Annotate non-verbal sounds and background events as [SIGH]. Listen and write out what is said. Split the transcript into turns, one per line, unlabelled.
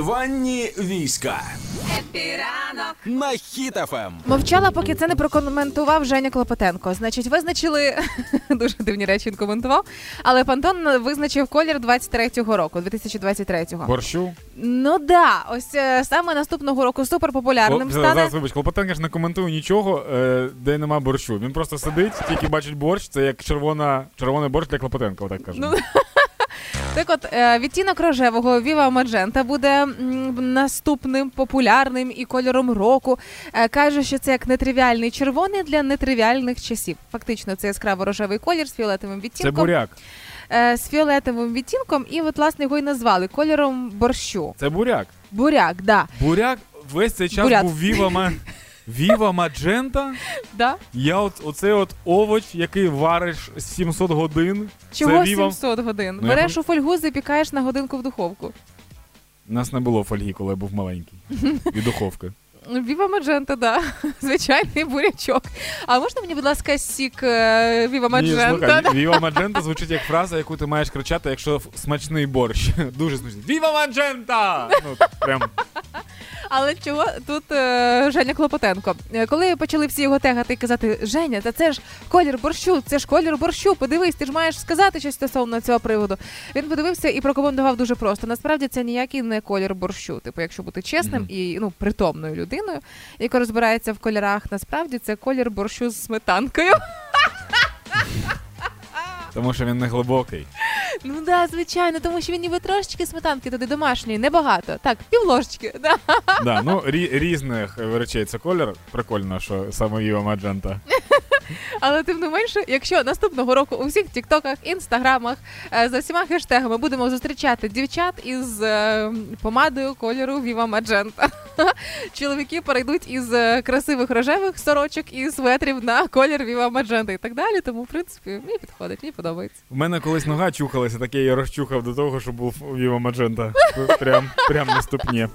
Диванні війська на Ем. хітафем.
Мовчала, поки це не прокоментував Женя Клопотенко. Значить, визначили [LAUGHS] дуже дивні речі. Він коментував. Але Пантон визначив колір 23-го року, 2023-го.
Борщу.
Ну да, ось е, саме наступного року суперпопулярним
О,
стане.
Зараз, вибач, Клопотенка ж не коментує нічого, е, де нема борщу. Він просто сидить, тільки бачить борщ, це як червона, червоний борщ для Клопотенка, отак кажемо.
Ну, Так от е, відтінок рожевого Viva Magenta буде м, наступним популярним і кольором року. Е, Каже, що це як нетривіальний червоний для нетривіальних часів. Фактично, це яскраво рожевий колір з фіолетовим
це
відтінком.
буряк.
е, з фіолетовим відтінком, і от власне його і назвали кольором борщу.
Це буряк.
Буряк, да.
Буряк весь цей час
Бурят.
був Віва Ма... Віва Маджента.
да?
Я от оцей от овоч, який вариш 700 годин.
Чого
це Віва...
700 годин?
Ну, я
Береш у фольгу, запікаєш на годинку в духовку.
Нас не було фольги, коли я був маленький. І духовка.
Віва Маджента, да. [LAUGHS] Звичайний бурячок. А можна мені, будь ласка, сік е, Віва [LAUGHS]
Ні,
Маджента?
слухай, Віва Маджента звучить як фраза, яку ти маєш кричати, якщо ф- смачний борщ. [LAUGHS] Дуже смачний. Віва Маджента! Ну, прям.
Але чого тут е, Женя Клопотенко? Е, Коли почали всі його тегати і казати: Женя, та це ж колір борщу, це ж колір борщу. Подивись, ти ж маєш сказати щось стосовно цього приводу. Він подивився і прокоментував дуже просто. Насправді це ніякий не колір борщу. Типу, якщо бути чесним
Мгм.
і ну притомною людиною, яка розбирається в кольорах, насправді це колір борщу з сметанкою.
Тому що він не глибокий.
Ну да, звичайно, тому що він ніби трошечки сметанки туди домашньої, небагато. Так, півложечки. Да.
Да, ну, рі- різних е, речей це колір. Прикольно, що саме Віва Маджента.
Але тим не менше, якщо наступного року у всіх тіктоках, інстаграмах е, за всіма хештегами будемо зустрічати дівчат із е, помадою кольору Viva Magenta. [LAUGHS] Чоловіки перейдуть із е, красивих рожевих сорочок і светрів на колір Viva Magenta і так далі. Тому, в принципі, мені підходить, мені подобається.
У мене колись нога чухалася, так я її розчухав до того, що був Віва Маджента. Прям, прям на ступні.